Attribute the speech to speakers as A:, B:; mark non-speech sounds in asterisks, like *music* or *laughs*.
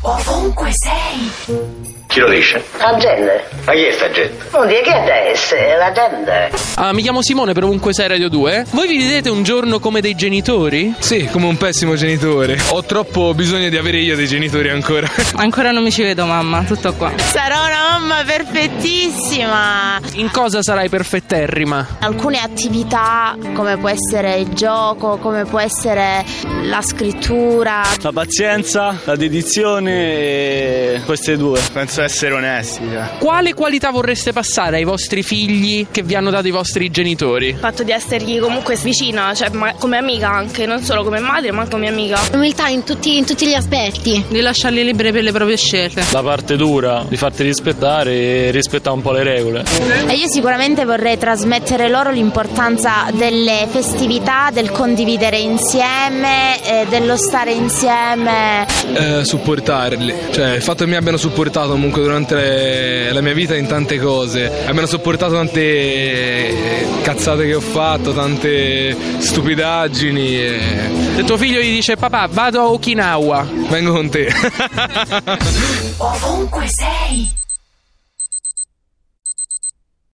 A: Ovunque sei.
B: Chi lo dice?
C: Agende.
B: Ma chi è sta gente?
C: Non dire che adesso è l'agenda.
D: Ah, mi chiamo Simone per ovunque sei Radio 2. Voi vi vedete un giorno come dei genitori?
E: Sì, come un pessimo genitore. Ho troppo bisogno di avere io dei genitori ancora. *laughs*
F: Ancora non mi ci vedo mamma, tutto qua.
G: Sarò una mamma perfettissima.
D: In cosa sarai perfetterrima?
G: Alcune attività, come può essere il gioco, come può essere la scrittura.
H: La pazienza, la dedizione e queste due. Penso essere onesti.
D: Quale qualità vorreste passare ai vostri figli che vi hanno dato i vostri genitori?
I: Il fatto di essergli comunque vicina, cioè ma- come amica anche, non solo come madre, ma come amica.
J: Umiltà in tutti, in tutti gli aspetti.
F: Di lasciarli liberi per le proprie scelte.
K: La parte dura, di farti rispettare e rispettare un po' le regole.
G: E io sicuramente vorrei trasmettere loro l'importanza delle festività, del condividere insieme, eh, dello stare insieme.
E: Eh, supportarli. Cioè, il fatto che mi abbiano supportato comunque durante la mia vita in tante cose. Abbiano supportato tante eh, cazzate che ho fatto, tante stupidaggini. eh, E...
D: Se tuo figlio gli dice papà, vado a Okinawa.
E: *laughs* Vengo con te.
A: Ovunque sei.